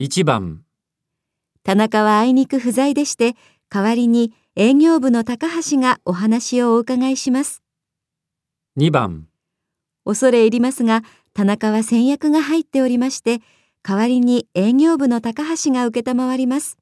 1番、田中はあいにく不在でして、代わりに営業部の高橋がお話をお伺いします。 2番、恐れ入りますが、田中は先約が入っておりまして、代わりに営業部の高橋が承ります。